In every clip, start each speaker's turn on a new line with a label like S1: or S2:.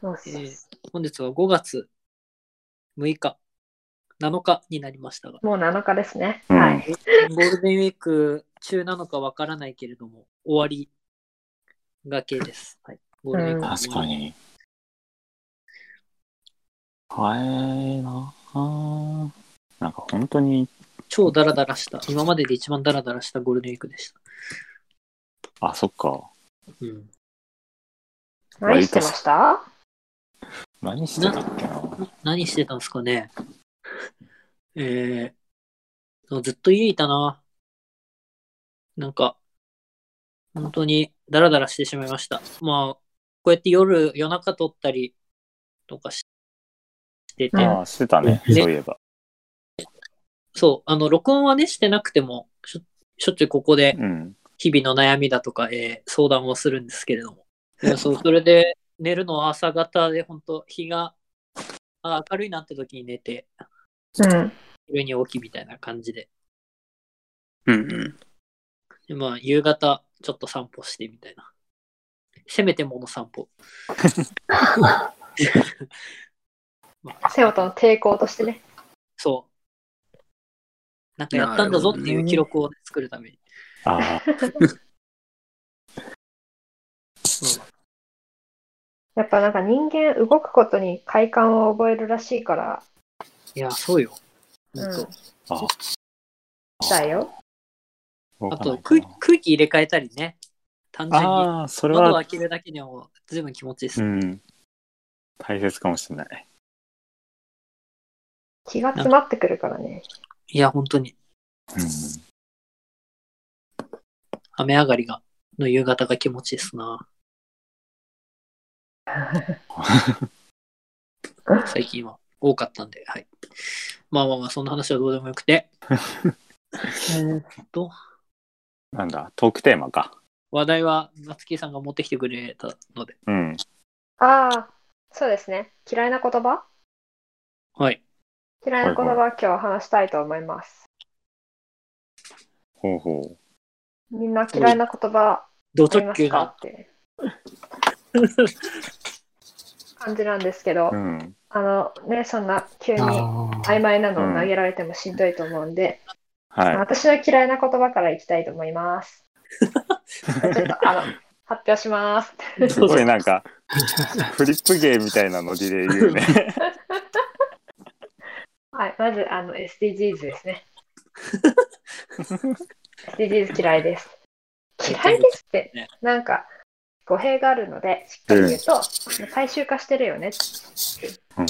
S1: そう
S2: え
S1: そう
S2: ー本日は5月6日、7日になりました が、
S1: もう7日ですね。
S3: うん
S1: はい。
S2: ゴールデンウィーク中なのかわからないけれども、終わりがけです。はい、ゴールデンウィーク
S3: 確か。に。早いなぁなんか本当に、
S2: 超ダラダラした。今までで一番ダラダラしたゴールデンウィークでした。
S3: あ、そっか。
S2: うん、
S1: 何してました
S3: 何してたっけな
S2: 何してたんですかねえー、でもずっと家いたな。なんか、本当にダラダラしてしまいました。まあ、こうやって夜、夜中撮ったりとかししてて、
S3: ああ、してたね。
S2: ね
S3: そういえば。
S2: そう、あの、録音はね、してなくても、しょしょっちゅうここで
S3: うん。
S2: 日々の悩みだとか、えー相談をするんですけれども。でもそうそれで、寝るのは朝方で、本当日があ明るいなって時に寝て、
S1: うん。
S2: 上に起きみたいな感じで。
S3: うんうん。
S2: でまあ、夕方、ちょっと散歩してみたいな。せめてもの散歩。まあ、
S1: セオとの抵抗としてね。
S2: そう。なんかやったんだぞっていう記録をね、作るために。
S3: ああ、
S1: やっぱなんか人間動くことに快感を覚えるらしいから、
S2: いや、そうよ。
S1: うん、
S2: 本
S3: あ
S1: 来たよ。
S3: 動
S2: 当あ
S3: かな
S2: と
S3: いか
S2: 空
S3: な、
S2: 空気入れ替えたりね。単純に。
S3: ああ、それ
S2: 窓を
S3: は
S2: 開、けるだけでも随分気持ちいいです。
S3: うん。大切かもしれない。
S1: 気が詰まってくるからね。
S2: いや、本当に。
S3: うん。
S2: 雨上がりが、の夕方が気持ちいいですな。最近は多かったんで、はい。まあまあまあ、そんな話はどうでもよくて。えーっと、
S3: なんだ、トークテーマか。
S2: 話題は松木さんが持ってきてくれたので、
S3: うん。
S1: ああ、そうですね。嫌いな言葉
S2: はい。
S1: 嫌いな言
S3: はい
S1: 葉今日話したいと思います。
S3: ほうほ
S1: みんな嫌いな言葉
S2: ド
S1: あり
S2: 直
S1: ます
S2: 球
S1: か
S2: が。
S1: って感じなんですけど
S3: う。う、ん。
S1: あのね、そんな急に曖昧なのを投げられてもしんどいと思うんで、
S3: は
S1: 私の嫌いな言葉からいきたいと思い ます。ちょっとあの発表します。
S3: い。 すごいなんか、フリップゲーみたいなノリで言うね。
S1: はい、まずあの SDGs です ね。SDGs 嫌いです。嫌いですって、
S2: ね
S1: なんか語弊があるので、しっかり言うと、最終化してるよね。
S3: うん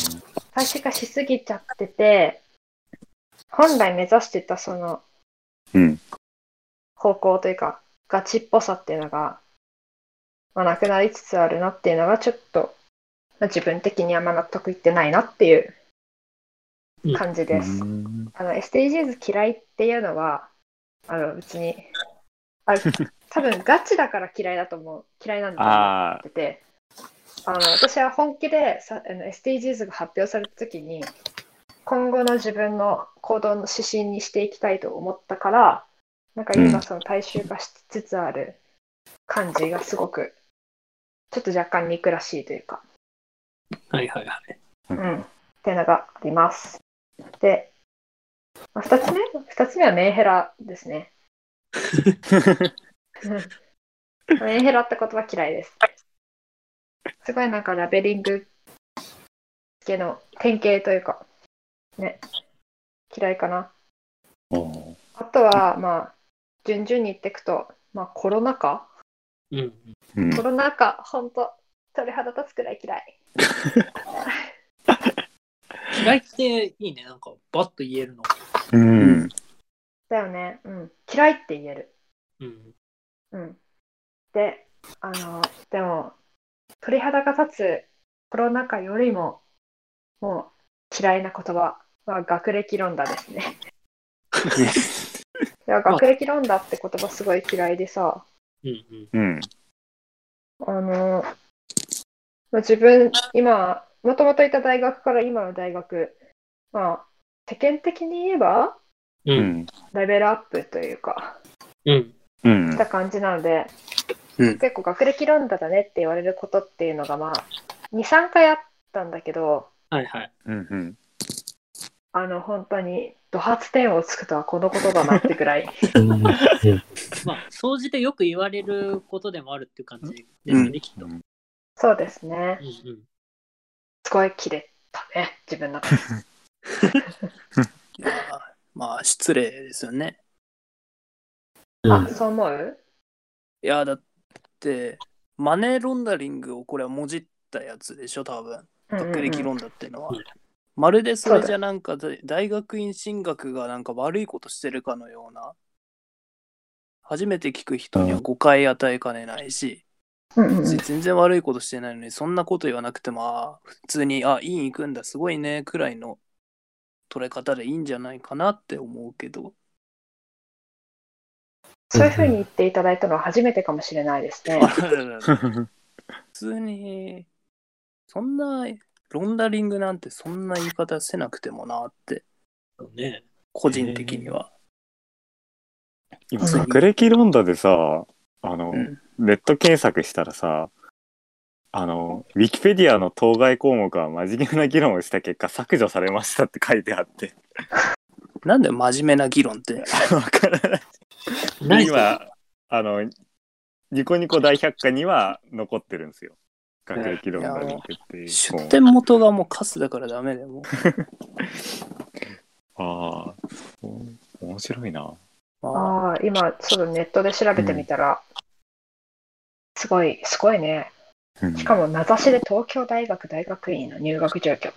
S1: 最終化しすぎちゃってて、本来目指してたその
S3: うん。
S1: 方向というか、ガチっぽさっていうのが、まあ、なくなりつつあるなっていうのが、ちょっと、まあ自分的にあんま納得いってないなっていう感じです。
S3: うん
S1: あの SDGs 嫌いっていうのは、あの別に、 あ多分ガチだから嫌いだと思う。嫌いなんだと思
S3: あ
S1: ってて、あの私は本気でさあの SDGs が発表された時に、今後の自分の行動の指針にしていきたいと思ったから、なんか
S3: う
S1: 今
S3: ん
S1: その大衆化しつつある感じがすごく、ちょっと若干憎らしいというか、
S2: はいはいはい。
S1: うん、っていうのがあります。で、まあ、2つ目二つ目はメンヘラですね。
S3: あ。
S1: メンヘラって言葉嫌いです。すごいなんかラベリング系の典型というか、ね、嫌いかな。
S3: おー
S1: あとは、まあ、順々に言っていくと、まあ、コロナ禍
S2: うん。
S3: うん
S1: コロナ禍、ほんと、鳥肌立つくらい嫌い。
S2: 嫌いっていいね。なんか、バッと言えるの。
S3: うん。
S1: だよね。うん。嫌いって言える。
S2: うん。
S1: うん。で、あの、でも、鳥肌が立つコロナ禍よりも、もう嫌いな言葉は学歴論だですね。いや学歴論だって言葉すごい嫌いでさ、
S2: うんうん。
S3: うん。
S1: あの、まあ自分、今、もともといた大学から今の大学、まあ、世間的に言えば、
S2: う。
S3: うんん。
S1: レベルアップというか、
S2: うん。
S3: うん
S1: し。た感じなので、
S4: うん
S1: 結構学歴論だだねって言われることっていうのがまあ2、3回あったんだけど、
S2: はいはい。
S3: うんうん。
S1: あの、本当に、ド発点をつくとはこのことだなってくらい。
S4: うん
S2: まあ、総じてよく言われることでもあるっていう感じですね、きっと。
S3: うん
S1: そうですね
S2: う。んうん
S1: すごい切れたね、自分の中で。
S5: まあ、まあ、失礼ですよね。
S4: う
S1: あ、
S4: ん
S1: そう思う
S5: いや、だって、マネーロンダリングをこれはもじったやつでしょ、多分。学歴
S1: 論
S5: ロンダっていうのは。
S2: うん
S5: まるでそれじゃなんかだ大学院進学がなんか悪いことしてるかのような初めて聞く人には誤解与えかねないし、
S1: うんうんうん
S5: 全然悪いことしてないのにそんなこと言わなくてもあー普通に「あ院行くんだすごいね」くらいの捉え方でいいんじゃないかなって思うけど
S1: そういうふうに言っていただいたのは初めてかもしれないですね。
S5: あららら普通にそんなロンダリングなんてそんな言い方せなくてもなって
S2: そうね。
S5: 個人的には。
S3: 今、学歴ロンダでさ、あの、
S5: うん
S3: ネット検索したらさ、あの、ウィキペディアの当該項目は真面目な議論をした結果削除されましたって書いてあって。
S5: なんで真面目な議論って。
S3: わから な
S2: ない
S3: い。今、あの、ニコニコ大百科には残ってるんですよ。学歴論ダリングっていう
S5: 出
S3: 本。
S5: 店元がもうカスだからダメでもう。
S3: ああ、そう面白いな。
S5: まあ、
S1: ああ、今、ちょっとネットで調べてみたら、すごい、すごいね。
S3: うん
S1: しかも、名指しで東京大学大学院の入学状況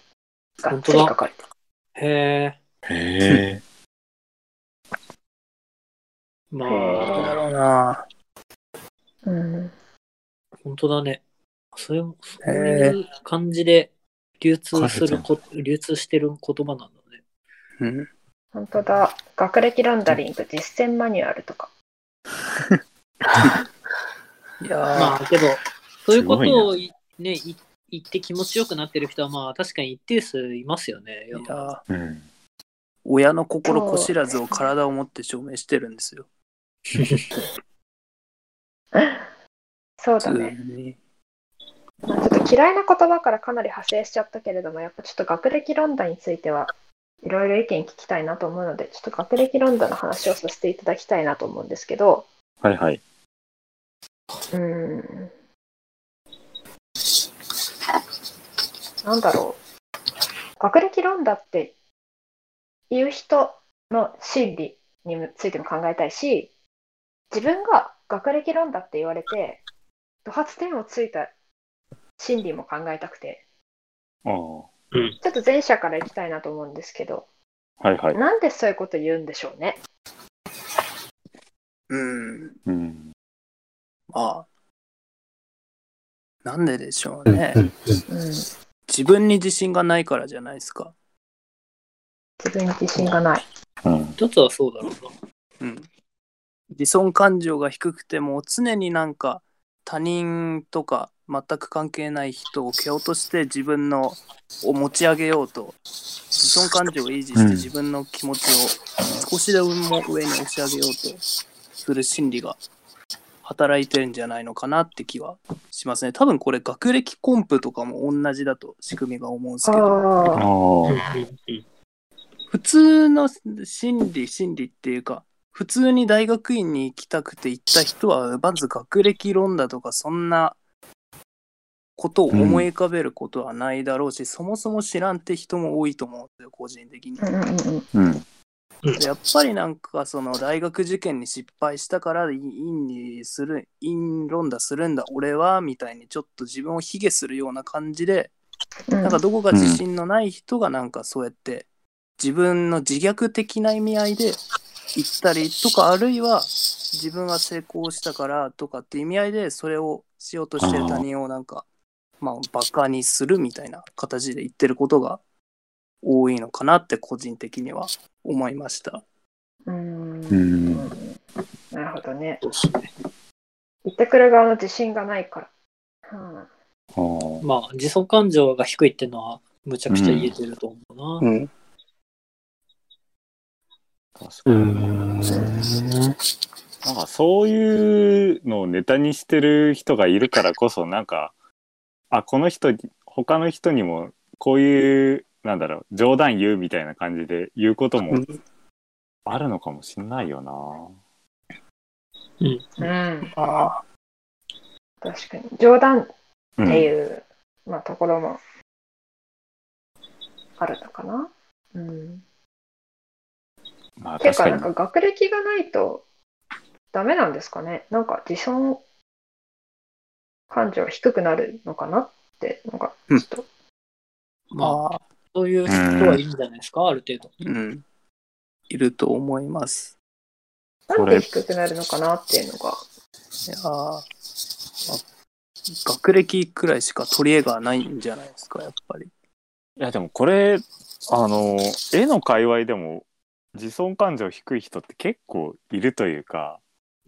S1: が
S2: 本
S1: つ
S2: 当
S1: り
S2: だ
S1: 書かれてる。
S2: へえ。
S3: へえ。
S2: ま
S5: なんだ
S2: あ、
S5: ろうな。
S1: うん、
S2: 本当だね。そういう、そういう感じで流通するこ、流通してる言葉なんだね。
S5: うん。
S1: 本当だ。学歴ランダリング実践マニュアルとか。
S5: いやー、
S2: まあ、けど、そういうこ
S3: す
S2: とをいね、い言って気持ちよくなってる人は、まあ、確かに一定数いますよね。
S5: いやー
S3: うん。
S5: 親の心こ知らずを体を持って証明してるんですよ。
S1: そうだ
S5: 普
S1: ね。
S5: 通に。
S1: まあちょっと嫌いな言葉からかなり派生しちゃったけれども、やっぱちょっと学歴論題についてはいろいろ意見聞きたいなと思うので、ちょっと学歴論題の話をさせていただきたいなと思うんですけど、
S3: はいはい。
S1: うーん。なんだろう。学歴論だって言う人の心理についても考えたいし、自分が学歴論だって言われて、ド発点をついた心理も考えたくて、
S3: あ
S1: ち
S3: あ。
S1: ょっと前者からいきたいなと思うんですけど、
S3: はいはい。
S1: なんでそういうこと言うんでしょうね。
S5: うん。
S3: うん。
S5: まあ。なんででしょう
S4: うん
S5: ね。
S4: うん
S1: うん、自
S5: 自分に自信がないからじゃないですか。
S1: 分に自信がない。
S3: うん。
S2: 一つはそうだろう
S5: うん。自尊感情が低くても常になんか他人とか全く関係ない人を蹴落として自分のを持ち上げようと自尊感情を維持して
S3: うん
S5: 自分の気持ちを少しでも上に押し上げようとする心理が働いてるんじゃないのかなって気はしますね多分これ学歴コンプとかも同じだと仕組みが思うんです
S1: あ
S5: けど
S3: あ
S1: あ、
S3: あ。
S2: な。うん
S5: 普通の心理心理っていうか普通に大学院に行きたくて行った人はまず学歴論だとかそんなことを思い浮かべることはないだろうし、そもそも知らんって人も多いと思うんですよ個人的に。
S1: うんうんうんうん。
S3: うん。
S5: やっぱりなんかその大学受験に失敗したから院にする院論だするんだ俺はみたいにちょっと自分を卑下するような感じで
S1: うん
S5: なんかどこか自信のない人がなんかそうやって自分の自虐的な意味合いで行ったりとかあるいは自分は成功したからとかって意味合いでそれをしようとしてる他人をなんかまあバカにするみたいな形で言ってることが多いのかなって個人的には思いました。
S1: うーん
S3: うん
S1: なるほどね。
S2: そうっすね
S1: 言ってくる側の自信がないから。うん
S3: ああ。
S2: まあ、自尊感情が低いっていうのは、むちゃくちゃ言えてると思うな。
S5: うん、
S3: 確か
S4: う
S3: に。
S4: ん
S3: なんかそういうのをネタにしてる人がいるからこそなんかあこの人他の人にもこういうなんだろう冗談言うみたいな感じで言うこともあるのかもしんないよな。
S2: うん。
S1: うん、
S5: あ
S1: 確かに。冗談っ
S3: うん
S1: ていう、まあ、ところもあるのかな。うん。
S3: まあ
S1: て
S3: 確
S1: か、
S3: か
S1: なん
S3: に
S1: か学歴がないとダメなんですかね。なんか自尊感情低くなるのかなって、なんかちょっと、
S2: まあ、
S5: ああ、
S2: そういう人はいいんじゃないですか、ある程度。
S5: うん。いると思います。
S1: なん
S3: そ
S1: で
S3: れ
S1: 低くなるのかなっていうのが。
S5: いやー、まあ学歴くらいしか取り柄がないんじゃないですか、やっぱり。
S3: いやでもこれあの絵の界隈でも自尊感情低い人って結構いるというか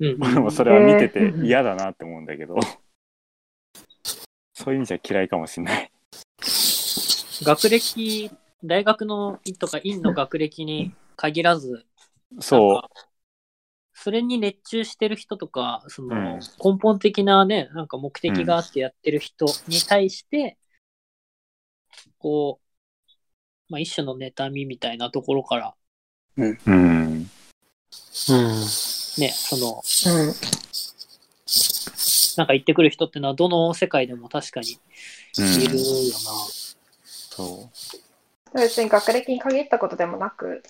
S2: うん。
S3: 俺もそれは見て
S1: え
S3: て
S1: ー
S3: 嫌だなって思うんだけど、そういう意味じゃ嫌いかもしんない。
S2: 学歴、大学のとか院の学歴に限らず、
S3: そう
S2: なんかそれに熱中してる人とか、その
S3: うん
S2: 根本的なね、なんか目的があってやってる人に対して、こう、まあ、一種の妬みみたいなところから、
S3: うん、
S4: うん。
S2: ね、その、
S1: うん。
S2: なんか言ってくる人ってのは、どの世界でも確かにいるよ
S3: そう
S1: 別に学歴に限ったことでもなく、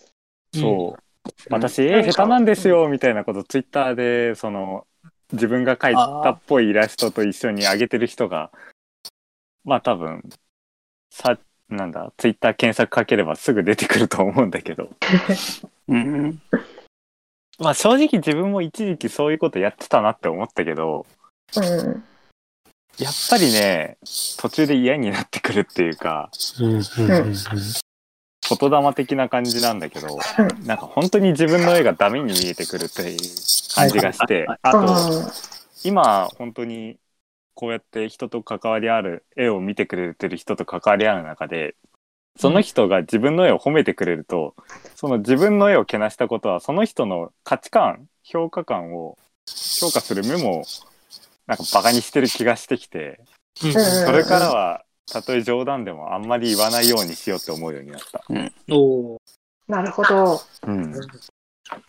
S2: な。
S3: そう、私
S1: なん
S3: 絵
S1: か
S3: 下手なんですよみたいなことツイッターでその自分が描いたっぽいイラストと一緒に上げてる人がまあ多分さなんだツイッター検索かければすぐ出てくると思うんだけど
S5: うん。
S3: まあ正直自分も一時期そういうことやってたなって思ったけど
S1: うん。
S3: やっぱりね途中で嫌になってくるっていうか
S4: うん。うん。
S3: 言霊的な感じなんだけど
S1: う
S3: なんか本当に自分の絵がダメに見えてくるという感じがして
S2: はい
S3: あと
S1: うん
S3: 今本当にこうやって人と関わりある絵を見てくれてる人と関わりある中でその人が自分の絵を褒めてくれるとその自分の絵をけなしたことはその人の価値観評価観を評価する目もなんかバカにしてる気がしてきて
S2: うん。
S1: うん
S3: それからはたとえ冗談でもあんまり言わないようにしようって思うようになった。
S2: おー
S1: なるほど。
S3: うん
S1: い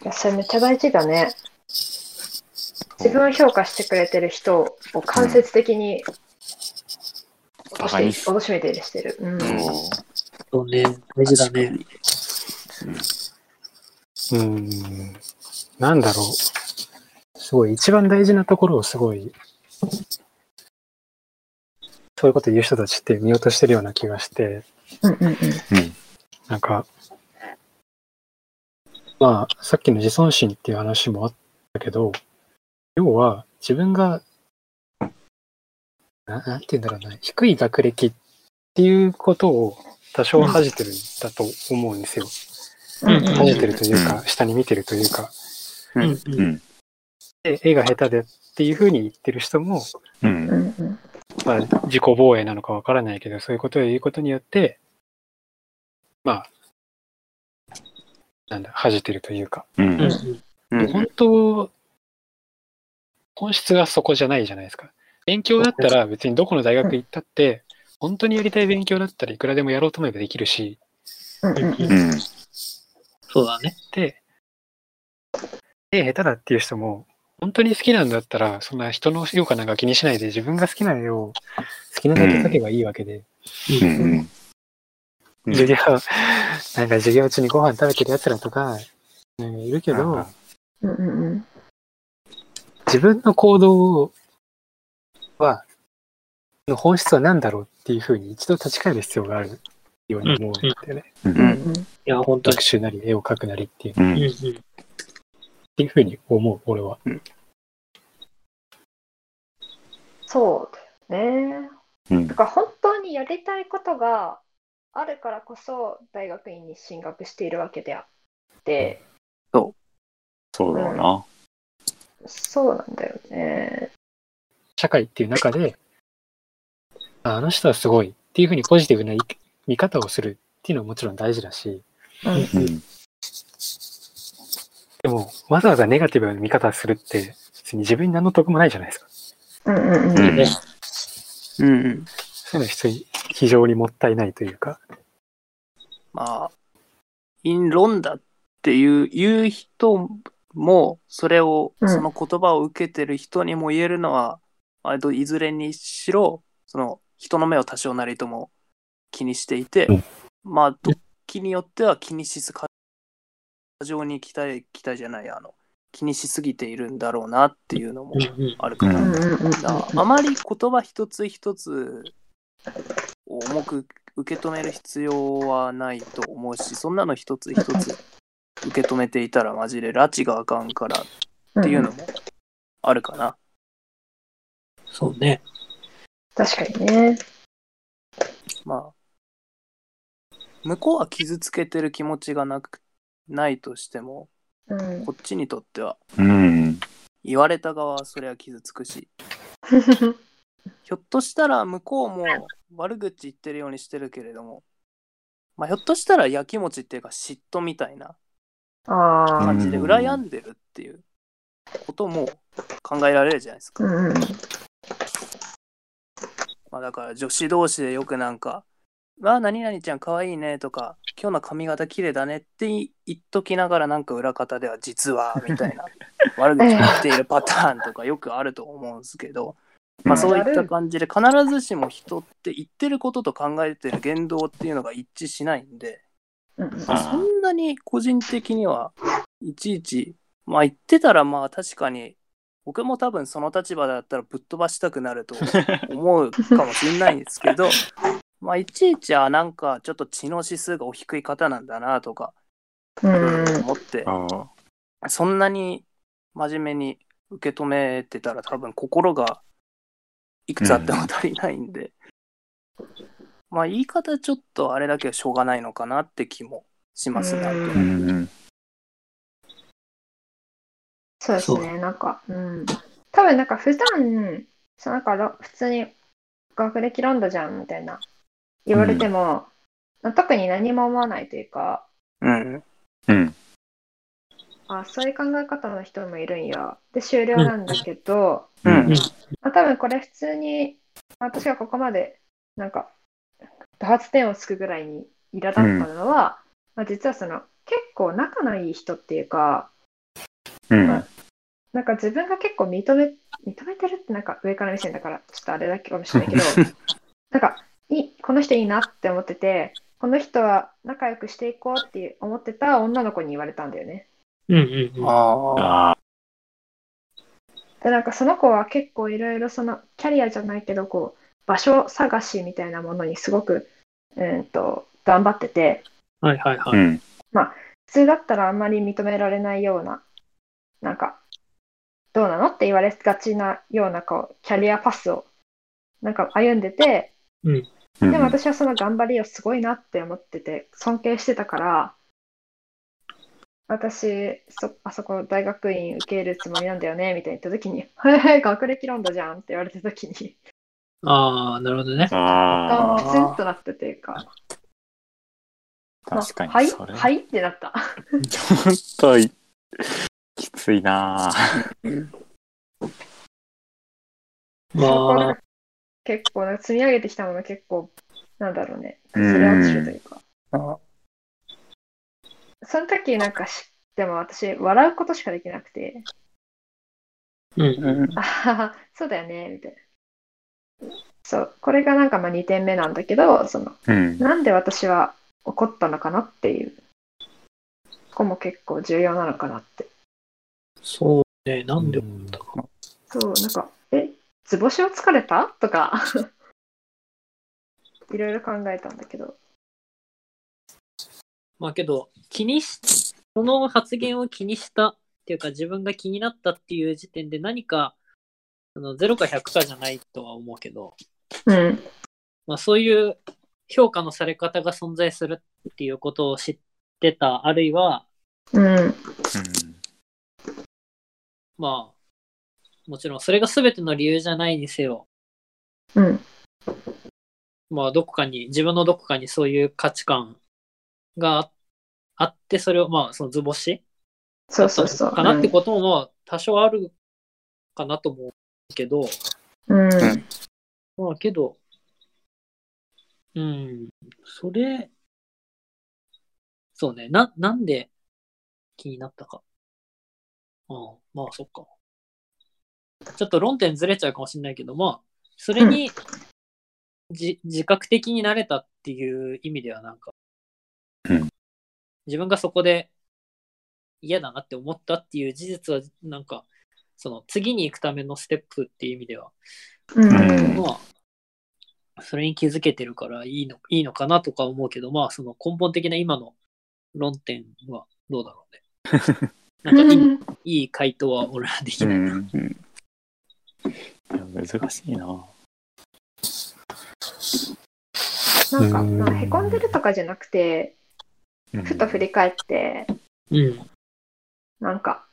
S1: や、それめっちゃ大事だね。自分を評価してくれてる人を間接的に落と
S3: バ
S1: し
S3: カに
S1: て、
S3: し
S1: 落としめてりしてる。うん。
S3: そう
S2: そうね、大事だね。
S4: うん。なんだろう。すごい、一番大事なところをすごい、そういうこと言う人たちって見落としてるような気がして、
S1: うんうんうん。
S4: なんか、まあ、さっきの自尊心っていう話もあったけど、要は自分が、ななんて言うんだろうな、低い学歴っていうことを多少恥じてるんだと思うんですよ。
S1: うんうん
S4: 恥じてるというか、下に見てるというか、
S2: う
S5: うんん。
S2: うん。
S4: で絵が下手でっていうふうに言ってる人も、
S3: う
S1: うんんうん
S4: まあ、自己防衛なのかわからないけど、そういうことを言うことによって、まあ、なんだ、恥じてるというか、
S3: うん
S2: うん。
S5: うん
S4: 本当、本質がそこじゃないじゃないですか。勉強だったら別にどこの大学行ったって、本当にやりたい勉強だったらいくらでもやろうと思えばできるし、
S1: うんうんうん
S3: うん
S2: そうだね。
S4: で、で、下手だっていう人も、本当に好きなんだったら、そんな人の評価なんか気にしないで、自分が好きな絵を好きなだけ描けばいいわけで、
S3: うんうん
S4: 授業、なんか授業中にご飯食べてる奴らとか、なんかいるけど、
S3: うん
S1: うんうんうん
S4: 自分の行動は、の本質は何だろうっていうふうに一度立ち返る必要があるように思うんだよね。
S3: うん
S5: うん
S1: うん
S2: いや、本当に
S4: 学。習なり絵を描くなりっていう、っ
S3: う
S2: うんんうん。
S4: ていうふうに思う、俺は。
S1: そうだよね。
S3: うん
S1: だから本当にやりたいことがあるからこそ大学院に進学しているわけであって、
S3: そうだろうな。
S1: そうなんだよね。
S4: 社会っていう中で、ああの人はすごいっていうふうにポジティブな見方をするっていうのはもちろん大事だし、
S1: うん
S3: うん
S4: でも、わざわざネガティブな見方をするって、別に自分に何の得もないじゃないです
S1: う
S4: か。
S1: んうんうん
S3: う
S2: ね
S3: ん
S4: そういうの必要に非常にもったいないというか、
S5: まあ、陰論だっていう言う人も、それを、
S1: うん
S5: その言葉を受けてる人にも言えるのは、まあどいずれにしろ、その人の目を多少なりとも気にしていて、
S4: うん
S5: まあ、時によっては気にしす過剰に期待、期待じゃない、あの、気にしすぎているんだろうなっていうのも
S2: うんうん
S5: あるか
S3: う
S5: な。
S1: うんうんうん
S5: だからあまり言葉一つ一つを重く受け止める必要はないと思うしそんなの一つ一つ受け止めていたらマジで拉致があかんからっていうのもあるかな。
S2: そうね。
S1: 確かにね。
S5: まあ向こうは傷つけてる気持ちがなくないとしても
S1: うん。
S5: こっちにとっては
S3: うん。
S5: 言われた側はそれは傷つくしひょっとしたら向こうも悪口言ってるようにしてるけれども、まあ、ひょっとしたらやきもちっていうか嫉妬みたいな
S1: ああ。
S5: 感じで
S3: うん
S5: 羨んでるっていうことも考えられるじゃないですか。
S1: うんうん。
S5: まあ、だから女子同士でよくなんか「わあ何々ちゃんかわいいね」とか「今日の髪型綺麗だね」って言っときながらなんか裏方では「実は」みた いな悪口言っているパターンとかよくあると思うんですけど、まあ、
S3: うん
S5: そういった感じで必ずしも人って言ってることと考えてる言動っていうのが一致しないんで
S1: うんうん
S5: そんなに個人的にはいちいちまあ言ってたらまあ確かに僕も多分その立場だったらぶっ飛ばしたくな ると思うかもしれないんですけどまあいちいちあなんかちょっと知能指数がお低い方なんだなとか
S1: うんうん。
S5: 思って
S3: あー
S5: そんなに真面目に受け止めてたら多分心がいくつあっても足りないんで、まあ言い方ちょっとあれだけはしょうがないのかなって気もしますね。
S1: うん
S3: うん。
S1: そうです
S2: そ
S1: ね、なんか、うん。多分なんか普段、そうなんかろ普通に学歴ロンドじゃんみたいな言われても、特に何も思わないというか、
S5: うん
S3: うん。
S1: あそういう考え方の人もいるんや。で、終了なんだけど、
S5: うん
S1: まあ、多分これ普通に、まあ私がここまで、なんか、多発点をつくぐらいに苛立ったのは、まあ、実はその、結構仲のいい人っていうか、
S3: うん。
S1: なんか自分が結構認め、認めてるってなんか上から目線だから、ちょっとあれだけかもしれないけど、 なんか、いい、この人いいなって思ってて、この人は仲良くしていこうって思ってた女の子に言われたんだよね。
S2: うんうんうん。
S5: ああ、
S3: あ
S1: で、なんかその子は結構いろいろその、キャリアじゃないけど、こう、場所探しみたいなものにすごく、うーんと、頑張ってて、
S2: はいはいは
S3: あ。う
S2: い。
S3: ん。
S1: 普通だったらあんまり認められないような、なんか、どうなのって言われがちなような、こう、キャリアパスを、なんか歩んでて、
S3: うん
S1: でも私はその頑張りをすごいなって思ってて、尊敬してたから、私、そあそこ大学院受けるつもりなんだよね、みたいに言った時に、 はいはい、学歴論だじゃんって言われた時に、
S2: ああ、なるほどね。
S3: あ
S1: ああ、 ツンとなったというか、
S3: あ。確か
S1: まあは
S3: に。
S1: い、
S3: それ
S1: はいってなった。
S3: ちょっとい、きついなぁ。
S1: そこはなん
S2: まあ
S1: か、結構、なんか積み上げてきたもの結構、なんだろうね、それ落ちるというか。その時なんか知っても私、笑うことしかできなくて、
S2: うん。
S5: うん
S1: あははそうだよね、みたいな。そう、これがなんかまあ2点目なんだけど、その、
S3: うん。
S1: なんで私は怒ったのかなっていう、ここも結構重要なのかなって。
S2: そうね。なんで
S4: うん
S2: だか。
S1: そう、なんか、え、図星を疲れたとか、 いろいろ考えたんだけど。
S2: まあけど、気にし、その発言を気にしたっていうか、自分が気になったっていう時点で何か、あの0か100かじゃないとは思うけど、
S1: うん。
S2: まあそういう評価のされ方が存在するっていうことを知ってた、あるいは、
S1: うん。
S2: まあ、もちろんそれが全ての理由じゃないにせよ、
S1: うん。
S2: まあ、どこかに、自分のどこかにそういう価値観がああって、それを、まあ、その図星
S1: そうそうそう。
S2: かなってことも、まあ、多少あるかなと思うけど、
S1: うん。
S3: ん
S2: まあ、けど、うん。それ、そうね。な、なんで気になったか。うん。まあ、そっか。ちょっと論点ずれちゃうかもしれないけど、まあ、それに、じ、自覚的になれたっていう意味では、なんか、
S3: うん
S2: 自分がそこで嫌だなって思ったっていう事実は、なんか、その次に行くためのステップっていう意味では、
S1: うん
S3: うん
S2: まあ、それに気づけてるからいいのいいのかなとか思うけど、まあ、その根本的な今の論点はどうだろうね。なんかいいいい回答は俺はできない。
S3: んいや難しいな。
S1: なんか、
S4: うん
S1: まあ、へこんでるとかじゃなくて、
S3: うん
S1: ふと振り返って、
S2: うん。
S1: なんか、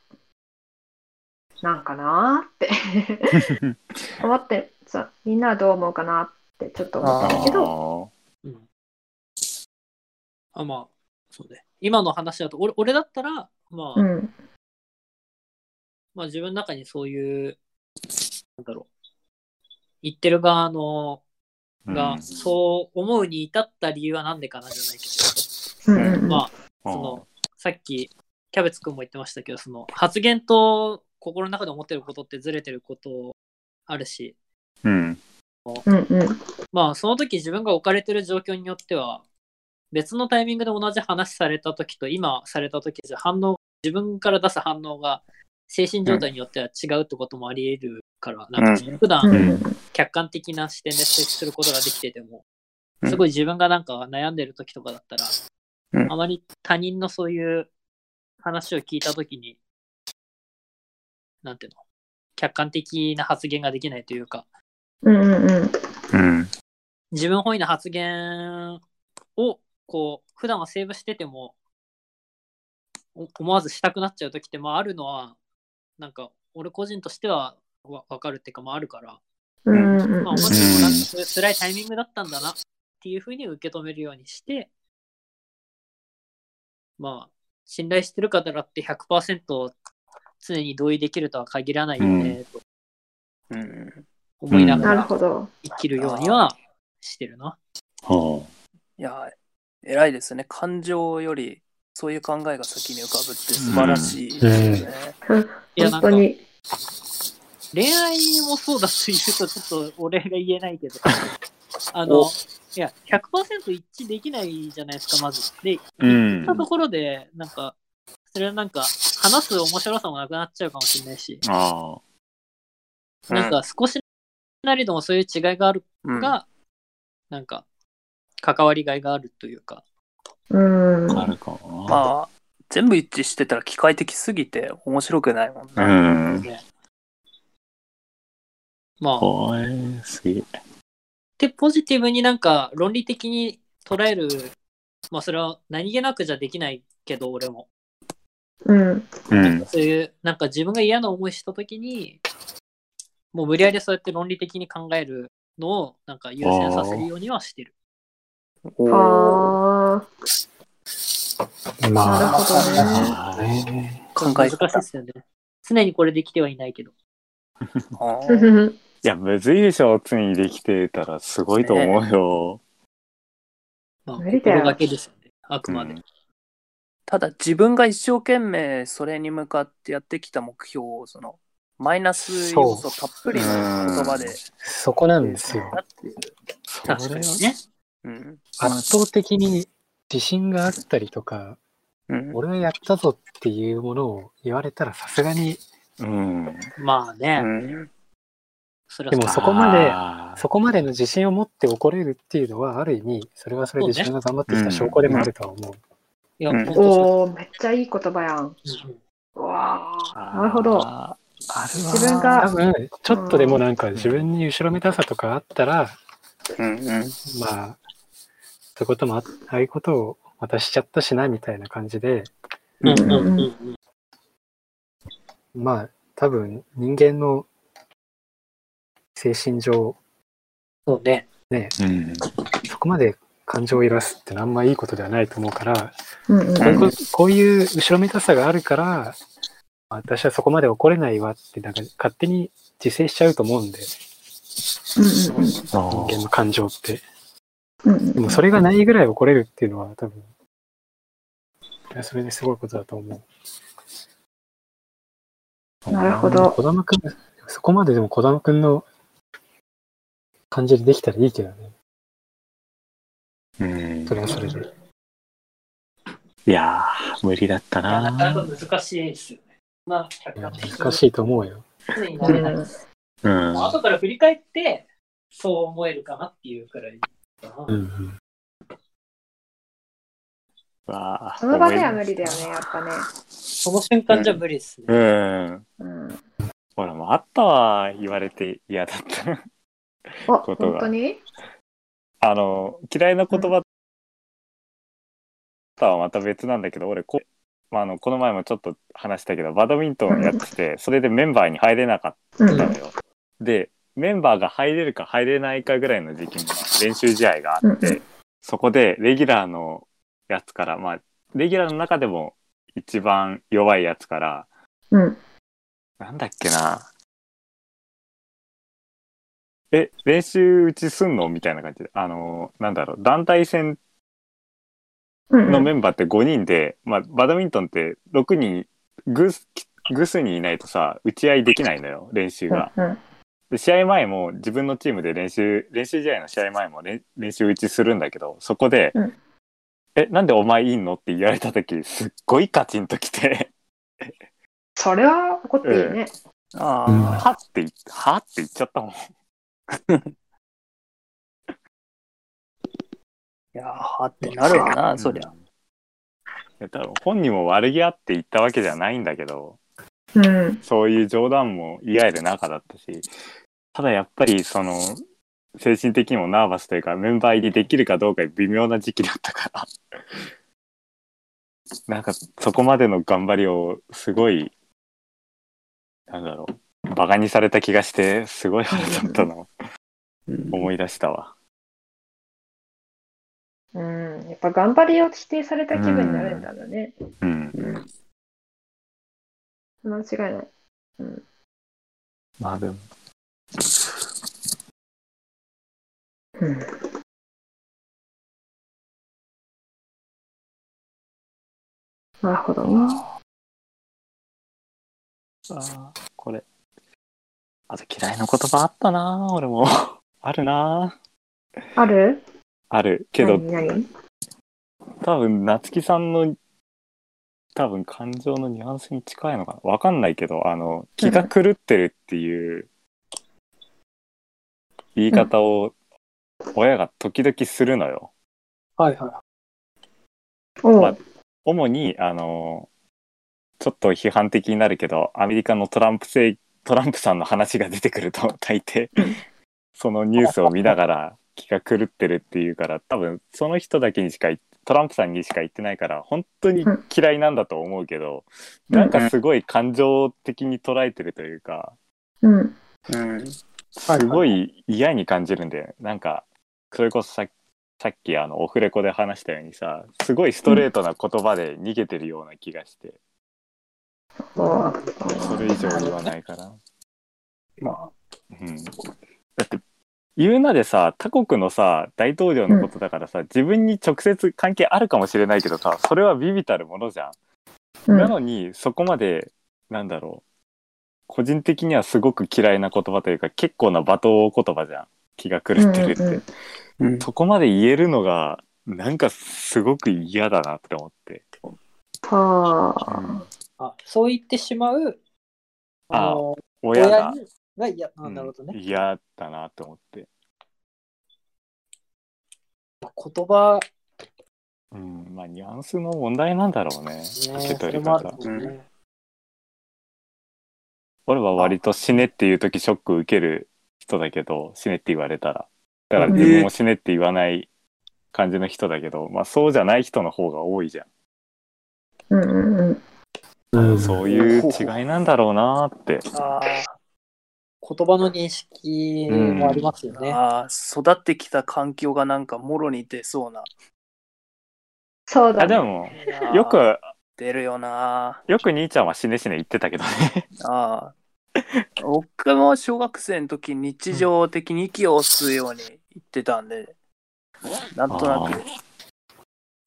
S1: なんかなーって思って、そうみんなはどう思うかなってちょっと思ったんだけど、
S2: うん、あ、まあ、そうね。今の話だと、俺俺だったら、まあ、
S1: うん、
S2: まあ自分の中にそういう、なんだろう。言ってる側の、
S3: あー
S2: が、そう思うに至った理由は何でかなじゃないけ
S1: うんうんうん
S2: ど、まあ、そのさっきキャベツくんも言ってましたけどその発言と心の中で思ってることってずれてることあるし
S3: うん
S1: うんうん
S2: まあその時自分が置かれてる状況によっては別のタイミングで同じ話された時と今された時じゃ反応自分から出す反応が精神状態によっては違うってこともあり得るから、なんか普段
S1: うんうん
S2: 客観的な視点で接することができてても、
S3: うん
S2: すごい自分がなんか悩んでる時とかだったら、
S3: うん
S2: あまり他人のそういう話を聞いた時に、なんていうの、客観的な発言ができないというか、
S1: うんうんうん
S3: うん
S2: 自分本位の発言を、こう、普段はセーブしてても、お思わずしたくなっちゃう時って、まああるのは、なんか、俺個人としてはわわかるっていうか、まああるから、
S1: うんうん
S2: まあ、思ってもなんかそういう辛いタイミングだったんだなっていうふうに受け止めるようにして、まあ、信頼してる方だって100%常に同意できるとは限らないよね、と
S5: うん
S2: 思いなが
S1: なる
S2: ら
S1: ほど。
S2: 生きるようにはしてるな。
S3: はあ
S5: いや、偉いですね。感情より、そういう考えが先に浮かぶって素晴らしいですね。
S2: いや、な
S1: 本
S2: ん
S1: 当
S2: か
S1: に。
S2: 恋愛もそうだと言うとちょっと俺が言えないけど、あの、
S5: お
S2: いや、100%一致できないじゃないですか、まず。で、
S3: うん
S2: そういったところで、なんか、それはなんか、話す面白さもなくなっちゃうかもしれないし、
S3: あ
S5: うん
S2: なんか少しなりともそういう違いがある
S5: うん
S2: が、なんか、関わりがいがあるというか、
S1: うん。
S3: ああるかも
S5: まあ、全部一致してたら機械的すぎて面白くないもんね。
S3: なうん
S2: まあ、っ
S3: 怖いすげえ
S2: てポジティブになんか論理的に捉える、まあそれは何気なくじゃできないけど、俺も。
S1: うん。
S3: うん
S2: そういう、なんか自分が嫌な思いした時に、もう無理やりそうやって論理的に考えるのを、なんか優先させるようにはしてる。
S5: おー
S1: ああ、なる
S4: まあ、
S1: ほどね。
S4: まあね。
S5: 考え
S2: 難しい
S5: 方
S2: ですよね。常にこれできてはいないけど。
S5: あ
S1: うん
S5: ー
S3: いやむずいでしょついにできてたらすごいと思うよ
S2: まあ、
S1: 無理だよ
S2: 心がけですよね。あくまで。
S5: ただ自分が一生懸命それに向かってやってきた目標をそのマイナス要素たっぷりの言葉で
S4: そこなんですよ。
S5: だっていう
S4: それは
S2: 確かにね。
S5: うん
S4: 圧倒的に自信があったりとか、
S5: うん
S4: 俺はやったぞっていうものを言われたらさすがに、
S3: うん
S2: まあね、
S5: うん
S2: それは
S4: でも
S2: そう
S4: そこまで
S3: あ
S4: そこまでの自信を持って怒れるっていうのは、ある意味、それはそれで自分が頑張ってきた証拠でもあるとは思う。
S2: いや、
S5: うん
S2: 本当そ
S1: おお、めっちゃいい言葉やん。
S2: うう
S1: う
S2: ん
S1: わ
S3: ー
S1: あ、なるほど。
S3: ああれは
S1: 自分が
S4: 多分、ちょっとでもなんか自分に後ろめたさとかあったら、
S5: うんうん
S4: まあ、そういうこともあ、ああいうことをまたしちゃったしな、みたいな感じで、
S2: うんうんうん
S1: う
S2: うん。
S4: まあ、多分人間の精神上、
S2: そうね。
S4: ね、
S3: うん
S4: そこまで感情を揺らすってあんまいいことではないと思うから、
S1: うんうん
S4: こういうここういう後ろめたさがあるから、まあ私はそこまで怒れないわって、なんか勝手に自制しちゃうと思うんで、
S1: うん
S4: 人間の感情って。
S1: うん
S4: でもそれがないぐらい怒れるっていうのは多分、いやそれですごいことだと思う。
S1: なるほど
S4: 児玉くん、そこまででも児玉くんの感じでできたらいいけどね。
S3: うん
S4: それはそれで。
S3: いやー無理だった
S2: なかな
S3: な
S2: か難しいですよね。まあ、客
S4: い
S2: 観
S4: や
S2: 的に
S4: 難しいと思うよ。
S2: 常に
S1: う
S2: なれない
S1: ん
S3: うん
S2: まあ後から振り返って、そう思えるかなっていうくらいかな。
S4: うんうん。
S3: わー
S1: その場では無理だよね、やっぱね。
S2: その瞬間じゃ無理ですね。
S3: うん
S1: うん、
S3: ほらもうあったわ言われて嫌だった
S1: あ、
S3: こ
S1: 本
S3: とが
S1: 当に
S3: あの嫌いな言葉とはまた別なんだけど俺こ,、まあ、あのこの前もちょっと話したけどバドミントンやっててそれでメンバーに入れなか
S1: う
S3: った
S1: ん
S3: のよ、でメンバーが入れるか入れないかぐらいの時期に練習試合があって、
S1: うん
S3: そこでレギュラーのやつからまあレギュラーの中でも一番弱いやつから
S1: うん。
S3: なんだっけな。え、練習打ちすんのみたいな感じで。あの、なんだろう、団体戦
S1: うん
S3: のメンバーって5人で、まあ、バドミントンって6人、偶数偶数にいないとさ、打ち合いできないのよ、練習が。
S1: うん
S3: で、試合前も自分のチームで練習、練習試合の試合前も練練習打ちするんだけど、そこで、
S1: うん
S3: え、なんでお前いいのって言われた時、すっごいカチンときて、
S1: それは怒っていいね。
S5: あ
S3: はって言っ、はって言っちゃったもん。
S5: ーいやーはってなるわな、そりゃ。
S3: いや多分本人も悪気あって言ったわけじゃないんだけど
S1: うん。
S3: そういう冗談も言い合える仲だったしただやっぱりその精神的にもナーバスというかメンバー入りできるかどうか微妙な時期だったから なんかそこまでの頑張りをすごいなんだろうバカにされた気がしてすごい腹立ったの
S5: うん
S3: 思い出したわ
S1: うん。やっぱ頑張りを否定された気分になるんだろうね。
S3: うん
S1: 間違いない。
S3: まあでも
S1: うん。なるほどな。
S3: あーこれ。あと嫌いな言葉あったな俺も。 あるな
S1: ある
S3: ある。けど、
S1: 何何
S3: 多分、夏木さんの、多分感情のニュアンスに近いのかなわかんないけど、あの、気が狂ってるっていう言い方を親が時々するのよ。
S2: はいは
S1: おう、
S3: まあ主に、あの、ちょっと批判的になるけど、アメリカのトランプ政、トランプさんの話が出てくると、 大抵、そのニュースを見ながら気が狂ってるっていうから、多分、その人だけにしか言っ、トランプさんにしか言ってないから、本当に嫌いなんだと思うけど、
S1: うん
S3: なんかすごい感情的に捉えてるというか、
S1: うん。
S5: うん。
S3: すごい嫌に感じるんだよね。なんか、それこそささっきあのオフレコで話したようにさすごいストレートな言葉で逃げてるような気がして、
S1: おう
S3: それ以上言わないかな。
S5: まあ、
S3: うん、だって言うなでさ他国のさ大統領のことだからさ、自分に直接関係あるかもしれないけどさそれは微々たるものじゃん。
S1: うん
S3: なのにそこまでなんだろう個人的にはすごく嫌いな言葉というか結構な罵倒言葉じゃん気が狂ってるって、
S1: うんうんうん
S5: うん、
S3: そこまで言えるのがなんかすごく嫌だなって思って。
S1: はあ。
S2: い。あそう言ってしまう、
S3: あ
S2: の
S3: 親
S2: 親
S3: が
S2: にが嫌なんだろうと
S3: うん
S2: ね。
S3: 嫌だなと思って。
S2: まあ言葉
S3: うん、まあニュアンスの問題なんだろうね。
S2: ね、
S3: 受け
S2: そ
S3: 取
S2: れ
S3: り
S2: もあ
S3: 方
S2: る。もんね。
S3: 俺は割と死ねっていう時ショック受ける人だけど死ねって言われたらだから自分も死ねって言わない感じの人だけど、まあそうじゃない人の方が多いじゃん、
S1: うんうんうん。
S4: うん
S3: そういう違いなんだろうなーって
S2: あー言葉の認識もありますよね。
S5: あー育ってきた環境がなんかもろに出そう な。
S1: そうだ、ね。
S3: あでも
S5: いやー
S3: よく
S5: 出るよな
S3: よく兄ちゃんは死ね死ね言ってたけどね
S5: ー。あー僕も小学生の時日常的に息を吸うように言ってたんで、なんとな
S3: あ
S5: く。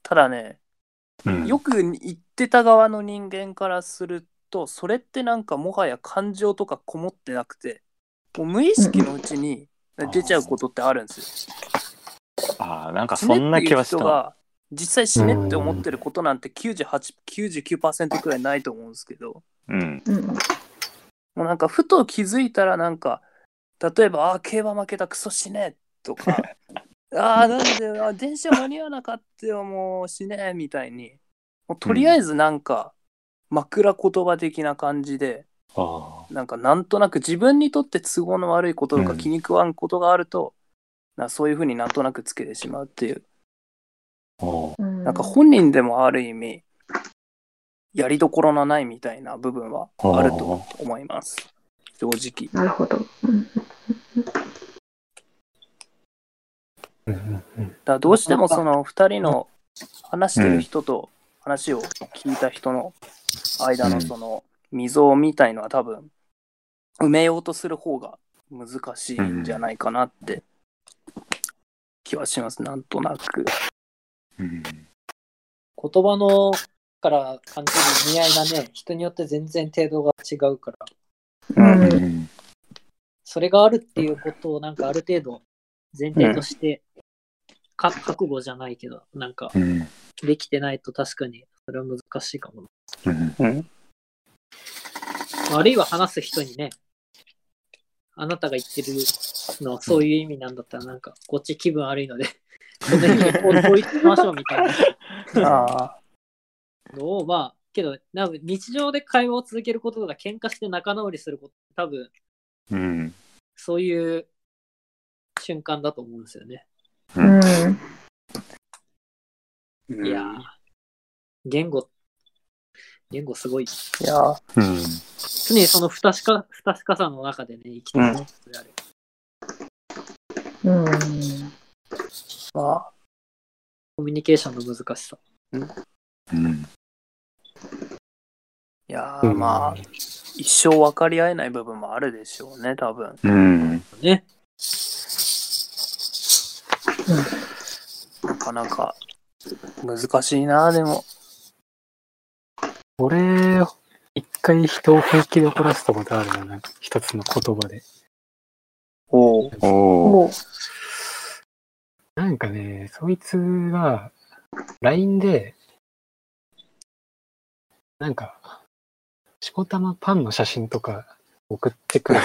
S5: ただね、
S3: うん
S5: よく言ってた側の人間からするとそれってなんかもはや感情とかこもってなくてもう無意識のうちに
S3: うん
S5: 出ちゃうことってあるんです
S3: ああ、なんか
S5: よ。
S3: そんな気はし
S5: 死ねっていう人
S3: た。
S5: が実際死ねって思ってることなんて98 99%くらいないと思うんですけど
S3: うん。
S1: うん。
S5: もうなんかふと気づいたらなんか例えば「あー競馬負けたクソ死ね」とか「あーなんであー電車間に合わなかったよもう死ね」みたいにもうとりあえずなんか枕言葉的な感じで
S3: あ
S5: なんかなんとなく自分にとって都合の悪いことと
S3: う
S5: か
S3: ん
S5: 気に食わんことがあると、なんかそういうふうになんとなくつけてしまうっていう
S3: あ。お
S5: な
S1: なん
S5: か本人でもある意味やりどころのないみたいな部分はあると思います正直。
S1: なるほど。うん
S4: うんうんうん
S5: だからどうしてもその2人の話してる人と話を聞いた人の間
S3: う
S5: の
S3: ん
S5: その溝みたいのは多分埋めようとする方が難しいんじゃないかなって気はしますなんとなく
S3: うん。
S2: 言葉のから感じる意味合いがね、人によって全然程度が違うか
S1: う
S2: ら、
S1: ん
S3: うん
S2: それがあるっていうことをなんかある程度前提として、か覚悟じゃないけど、なんか
S3: うん
S2: できてないと確かにそれは難しいかも
S3: うん
S2: な。あるいは話す人にね、あなたが言ってるのはそういう意味なんだったらなんかこっち気分悪いので、この意味こうこう言ってましょうみたいな。
S5: ああ
S2: のを、まあ、けど、多分日常で会話を続けることとか、喧嘩して仲直りすること、多分
S3: うん
S2: そういう瞬間だと思うんですよね。
S1: うん。
S5: い
S2: いやー、言語、言語すごい。
S5: いやー
S3: うん
S2: 常にその不確か不確かさの中でね、生きてるのである。
S1: うん。
S5: まあ
S2: コミュニケーションの難しさ。
S3: うん
S5: いやーまあ一生分かり合えない部分もあるでしょうね多分
S3: うん
S2: ね。
S5: なかなか難しいなでも
S4: 俺、一回人を平気で怒らせたことあるな、なんか一つの言葉で。
S5: おお
S3: おお
S1: おう
S4: なんかね、そいつが、LINE で、なんか、しこたまパンの写真とか送ってくる。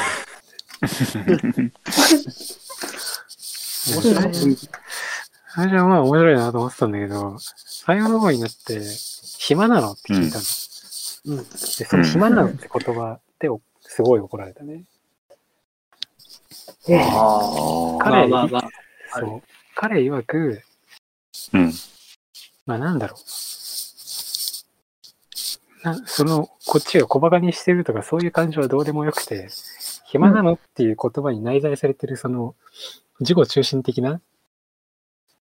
S2: 面白い
S1: うん
S4: それじゃまあ面白いなと思ってたんだけど、最後の方になって、暇なのって聞いた
S2: うんう
S4: の。
S2: ん
S4: で、その暇なのって言葉で、すごい怒られたね。
S1: え
S5: あ
S2: まあ
S4: 彼
S2: まあまあ。ある
S4: そう。彼曰く、
S3: うん
S4: まあなんだろう。なその、こっちが小馬鹿にしてるとかそういう感情はどうでもよくて、暇なのっていう言葉に内在されてるその、自己中心的な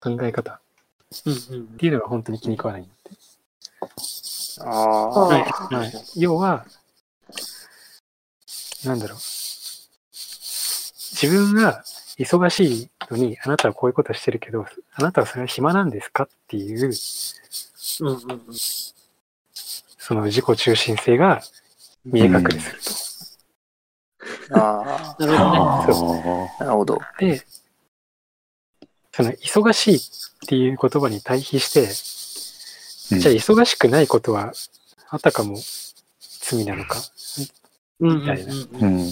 S4: 考え方
S2: うんうん
S4: っ。ていうのが本当に気に食わないんだって。
S5: あ
S1: あ
S4: はい
S1: あ
S4: はい、要は、なんだろう。自分が忙しいのに、あなたはこういうことしてるけど、あなたはそれは暇なんですかっていう、
S2: うんうんうん。
S4: その自己中心性が見え隠れすると。
S5: あ
S2: なるほどね。
S5: なるほど
S4: で、その忙しいっていう言葉に対比して、
S3: うん
S4: じゃあ忙しくないことは、あたかも罪なのか。
S2: うんうん
S4: みたいな
S2: うん
S3: う
S2: うん。
S3: ん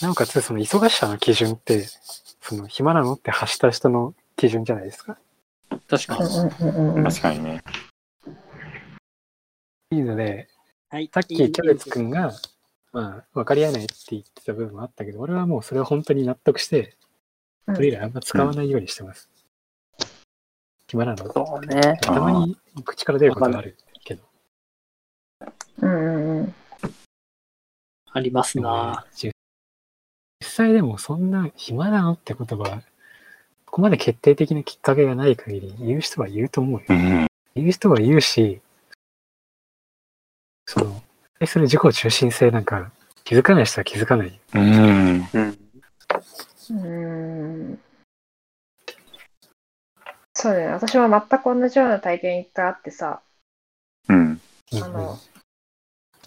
S4: なおかつ、その忙しさの基準って、その暇なのって発した人の基準じゃないですか。
S2: 確かに。
S1: うんうんうんうん
S3: 確かにね
S4: いいので、
S2: はい。
S4: さっきキャベツくんが、まあ、分かり合えないって言ってた部分もあったけど、俺はもうそれは本当に納得して、
S1: うん
S4: それ以来あんま使わないようにしてます。暇なの
S5: そうね
S4: たまに口から出ることがあるけど、
S1: うんうん
S2: あります
S4: でも
S2: な
S4: ね実実際でもそんな暇なのって言葉は、ここまで決定的なきっかけがない限り言う人は言うと思うよ。
S3: うん
S4: 言う人は言うし、その、対する自己中心性なんか気づかない人は気づかない。
S3: うん
S5: うん
S1: うん。そうね、私も全く同じような体験一回あってさ、
S3: うん。
S4: うん
S1: あの、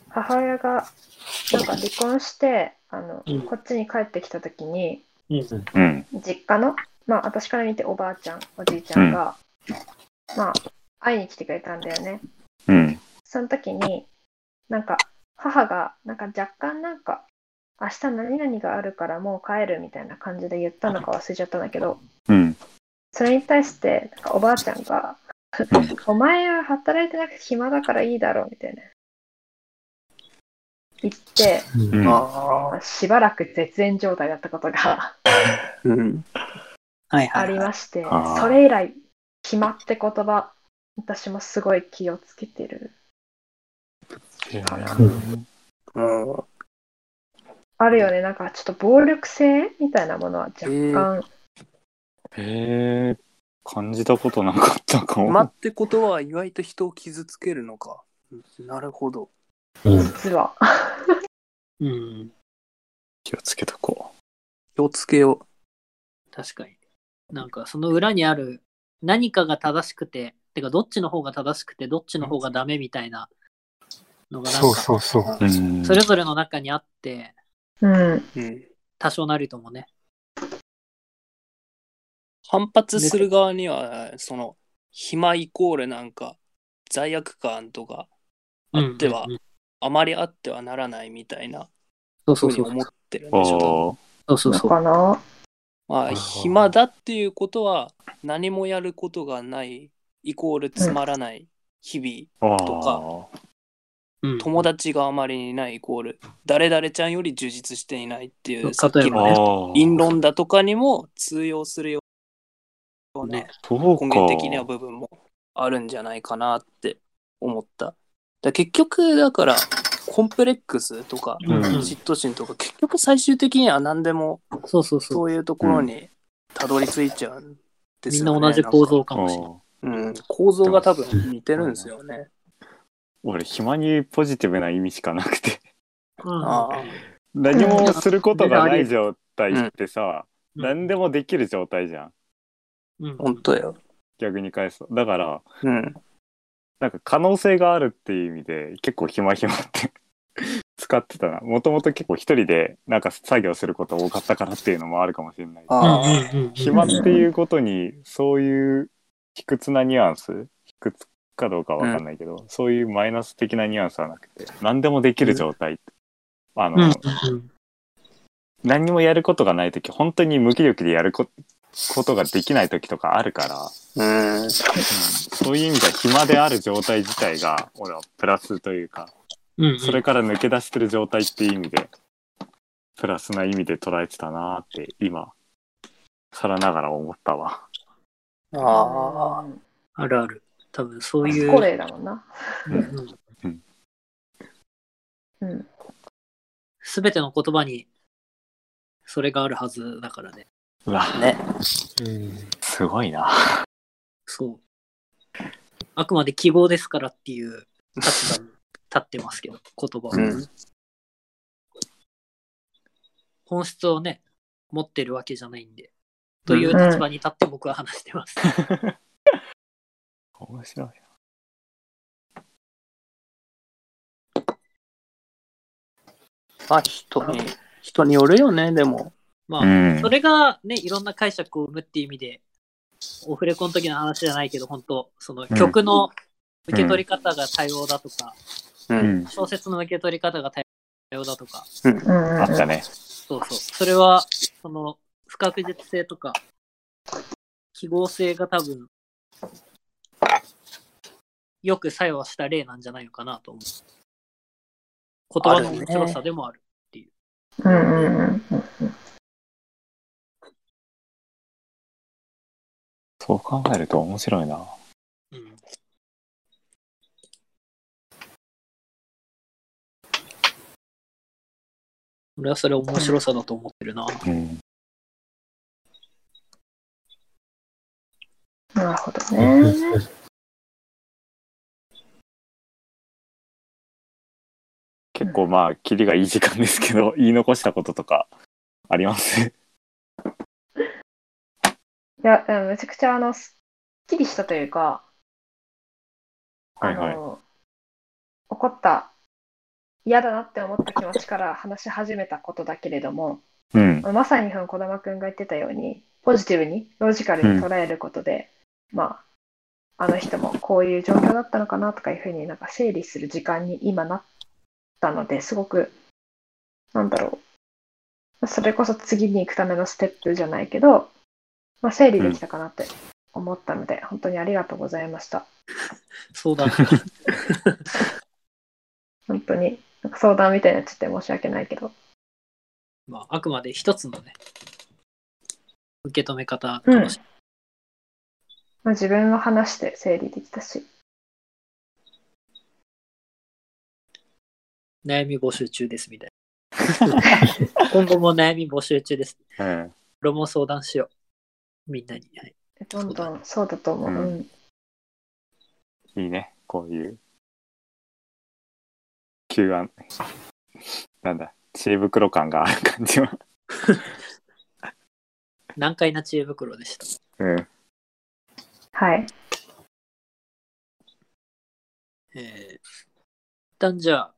S1: 母親がなんか離婚して、あの、
S2: うん
S1: こっちに帰ってきた時に、
S2: うん。
S3: うん。
S1: 実家の、まあ私から見ておばあちゃん、おじいちゃんが、まあ会いに来てくれたんだよね。
S3: うん。
S1: その時に、なんか、母が、なんか若干なんか、明日何々があるからもう帰るみたいな感じで言ったのか忘れちゃったんだけど、
S3: うん。
S1: それに対して、なんかおばあちゃんが
S3: ん、
S1: お前は働いてなくて暇だからいいだろうみたいな。言って、
S3: うん。
S5: ああ。
S1: しばらく絶縁状態だったことが
S5: うん。
S2: はいは
S1: あり
S2: いはい。
S1: まして
S3: あ、ー
S1: それ以来、暇って言葉、私もすごい気をつけてる。
S4: かな
S5: うん。
S1: あるよね、なんかちょっと暴力性みたいなものは若
S5: え
S1: 干
S3: へえ。感じたことなかったかも。
S5: 間ってことは意外と人を傷つけるのか。なるほど。
S1: 実は
S2: うん。
S3: 気をつけとこ
S5: 気をつけよ
S2: 確かに。なんかその裏にある何かが正しくて、てかどっちの方が正しくて、どっちの方がダメみたいなのがなん
S4: そう
S2: か、
S4: そうそう。
S3: う。うん
S2: それぞれの中にあって、
S1: うん、
S5: う。うん。
S2: 多少なりともね。
S5: 反発する側には、その、暇イコールなんか、罪悪感とか、あっては
S2: うんうんうん
S5: あまりあってはならないみたいな
S2: そう
S5: ふ
S2: そうう
S5: に
S2: そう。
S5: 思ってるんでしょ多分。
S3: おー
S2: そうそう
S1: の
S2: そう。
S1: かな。
S5: ま
S4: あ
S5: あ、
S4: ー
S5: 暇だっていうことは、何もやることがない、イコールつまらない日々。
S3: あー
S5: とか
S2: うん
S5: 友達があまりいないイコール誰々ちゃんより充実していないっていう
S2: そ
S5: さ
S2: う
S5: っ
S2: 例え
S5: き
S2: ば
S5: の
S2: ね
S5: ね
S3: あー
S5: 陰論だとかにも通用するような
S2: ね
S3: そうか
S5: 根源的な部分もあるんじゃないかなって思った。だ結局だからコンプレックスとか
S3: うん
S5: 嫉妬心とか結局最終的には何でも
S2: そうそうそ。
S5: そうういうところにたどり着いちゃうんで
S2: み
S5: す
S2: ん
S5: よね。
S2: な同じ構造かもしれない。
S3: あー
S5: なんか。うん、構造が多分似てるんですよね。
S3: 俺暇にポジティブな意味しかなくて
S5: あ
S2: あ
S5: あ
S3: 何もすることがない状態ってさ、
S2: うん
S3: 何でもできる状態じゃん
S2: うん
S5: 本当よ。
S3: 逆に返すとだから
S5: うん。
S3: なんか可能性があるっていう意味で結構暇暇って 使ってたなもともと結構一人でなんか作業すること多かったからっていうのもあるかもしれない
S5: ああ。
S2: うんうんうん
S3: 暇っていうことにそういう卑屈なニュアンス卑屈かどうかわかんないけど、そういうマイナス的なニュアンスはなくて何でもできる状態、あの、
S2: うんうんうん
S3: 何にもやることがない時本当に無気力でやるこことができない時とかあるから、
S5: うん。
S3: そういう意味では暇である状態自体が俺はプラスというか
S2: うんうん
S3: それから抜け出してる状態っていう意味でプラスな意味で捉えてたなーって今更ながら思ったわ。
S5: ああ。
S1: うん
S2: あるある。多分そういう。
S1: これだもんな。
S3: うん
S1: うん、
S2: すべての言葉にそれがあるはずだからね。
S3: うわ
S5: ね。
S4: うん
S3: すごいな。
S2: そう。あくまで記号ですからっていう立場に立ってますけど、言葉は。
S5: うん
S2: 本質をね、持ってるわけじゃないんで。という立場に立って僕は話してます。
S3: 面白いな。
S5: まあ人に、人によるよね、でも。
S2: まあ、
S3: うん
S2: それがね、いろんな解釈を生むっていう意味で、オフレコの時の話じゃないけど、本当その
S3: うん
S2: 曲の受け取り方が多様だとか、
S5: う
S3: う。ん、
S2: 小説の受け取り方が多様だとか、
S1: うんうんうん
S3: あったね。
S2: そうそう。それは、その、不確実性とか、記号性が多分、よく作用した例なんじゃないのかなと思う。言葉の面白さでもあ
S1: う
S2: る。
S1: んうんうん
S3: そう考えると面白いな。
S2: うん。俺はそれ面白さだと思ってるな。
S3: うん。
S1: なるほど ね。
S3: 結構まあ、キリがいい時間ですけど、言 い残したこととかあります
S1: いや、うんめちゃくちゃあの、すきりしたというか、
S3: はいはい
S1: あの怒った嫌だなって思った気持ちから話し始めたことだけれども
S3: うん。
S1: まさにその児玉君が言ってたようにポジティブにロジカルに捉えることで、まああの人もこういう状況だったのかなとかいうふうになんか整理する時間に今なったのですごくなんだろうそれこそ次に行くためのステップじゃないけど、まあ、整理できたかなって思ったので、本当にありがとうございました。
S2: そう だ。
S1: 本当になんか相談みたいになっちゃって申し訳ないけど、
S2: まあ、あくまで一つのね、受け止め方か
S1: うん
S2: もしれない。
S1: まあ、自分の話で整理できたし
S2: 悩み募集中ですみたいな。 今後も悩み募集中です。
S3: うん。
S2: 俺も相談しよう。みんなに。はい
S1: どんどんそうだと思う、
S3: う
S1: う
S3: ん
S1: ん
S3: いいね。こういう。Q アン。なんだ。知恵袋感がある感じは。
S2: 難解な知恵袋でした。
S3: うん。
S1: はい
S2: えー、一旦じゃあ、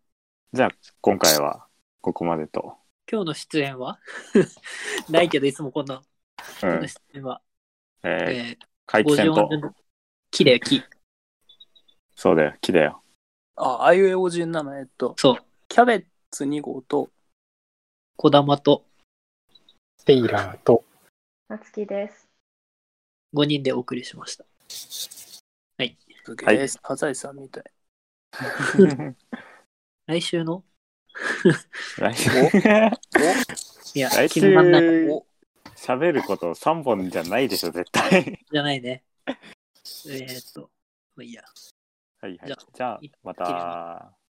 S3: じゃあ、今回はここまでと。
S2: 今日の出演は ないけど、いつもこんな、
S3: う
S2: 今日の
S3: ん。
S2: 出演は、
S3: えー、
S2: え
S3: 回
S2: ー、
S3: 帰戦
S2: 54
S3: と。
S2: 分の木だよ、木。
S3: そうだよ。木だ よ。
S5: あ、あいうえお順なの、えっと、
S2: そう、
S5: キャベツ2号と、
S2: 小玉と
S4: テイラーと、
S1: なつきです
S2: 5人でお送りしました。
S5: すげえ、サザエさんみたい。
S2: 来週の
S3: 来週。
S2: いや、
S3: 来
S2: 決まんない
S3: 週
S5: お、
S3: 喋ること3本じゃないでしょ、絶対。
S2: じゃないね。えー、っと、まあいいや。
S3: はいはい。
S2: じ
S3: じ
S2: ゃ
S3: ゃ
S2: あ
S3: あ、また。